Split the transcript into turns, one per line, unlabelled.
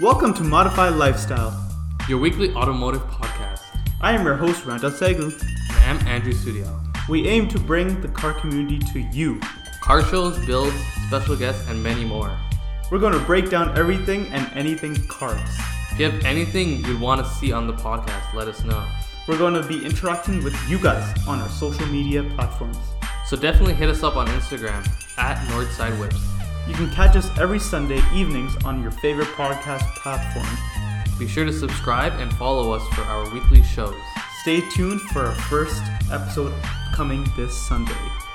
Welcome to Modified Lifestyle.
Your weekly automotive podcast.
I am your host, Randall Segu.
And I'm Andrew Studio.
We aim to bring the car community to you.
Car shows, builds, special guests, and many more.
We're going to break down everything and anything cars.
If you have anything you'd want to see on the podcast, let us know.
We're going to be interacting with you guys on our social media platforms.
So definitely hit us up on Instagram at Northside Whips.
You can catch us every Sunday evenings on your favorite podcast platform.
Be sure to subscribe and follow us for our weekly shows.
Stay tuned for our first episode coming this Sunday.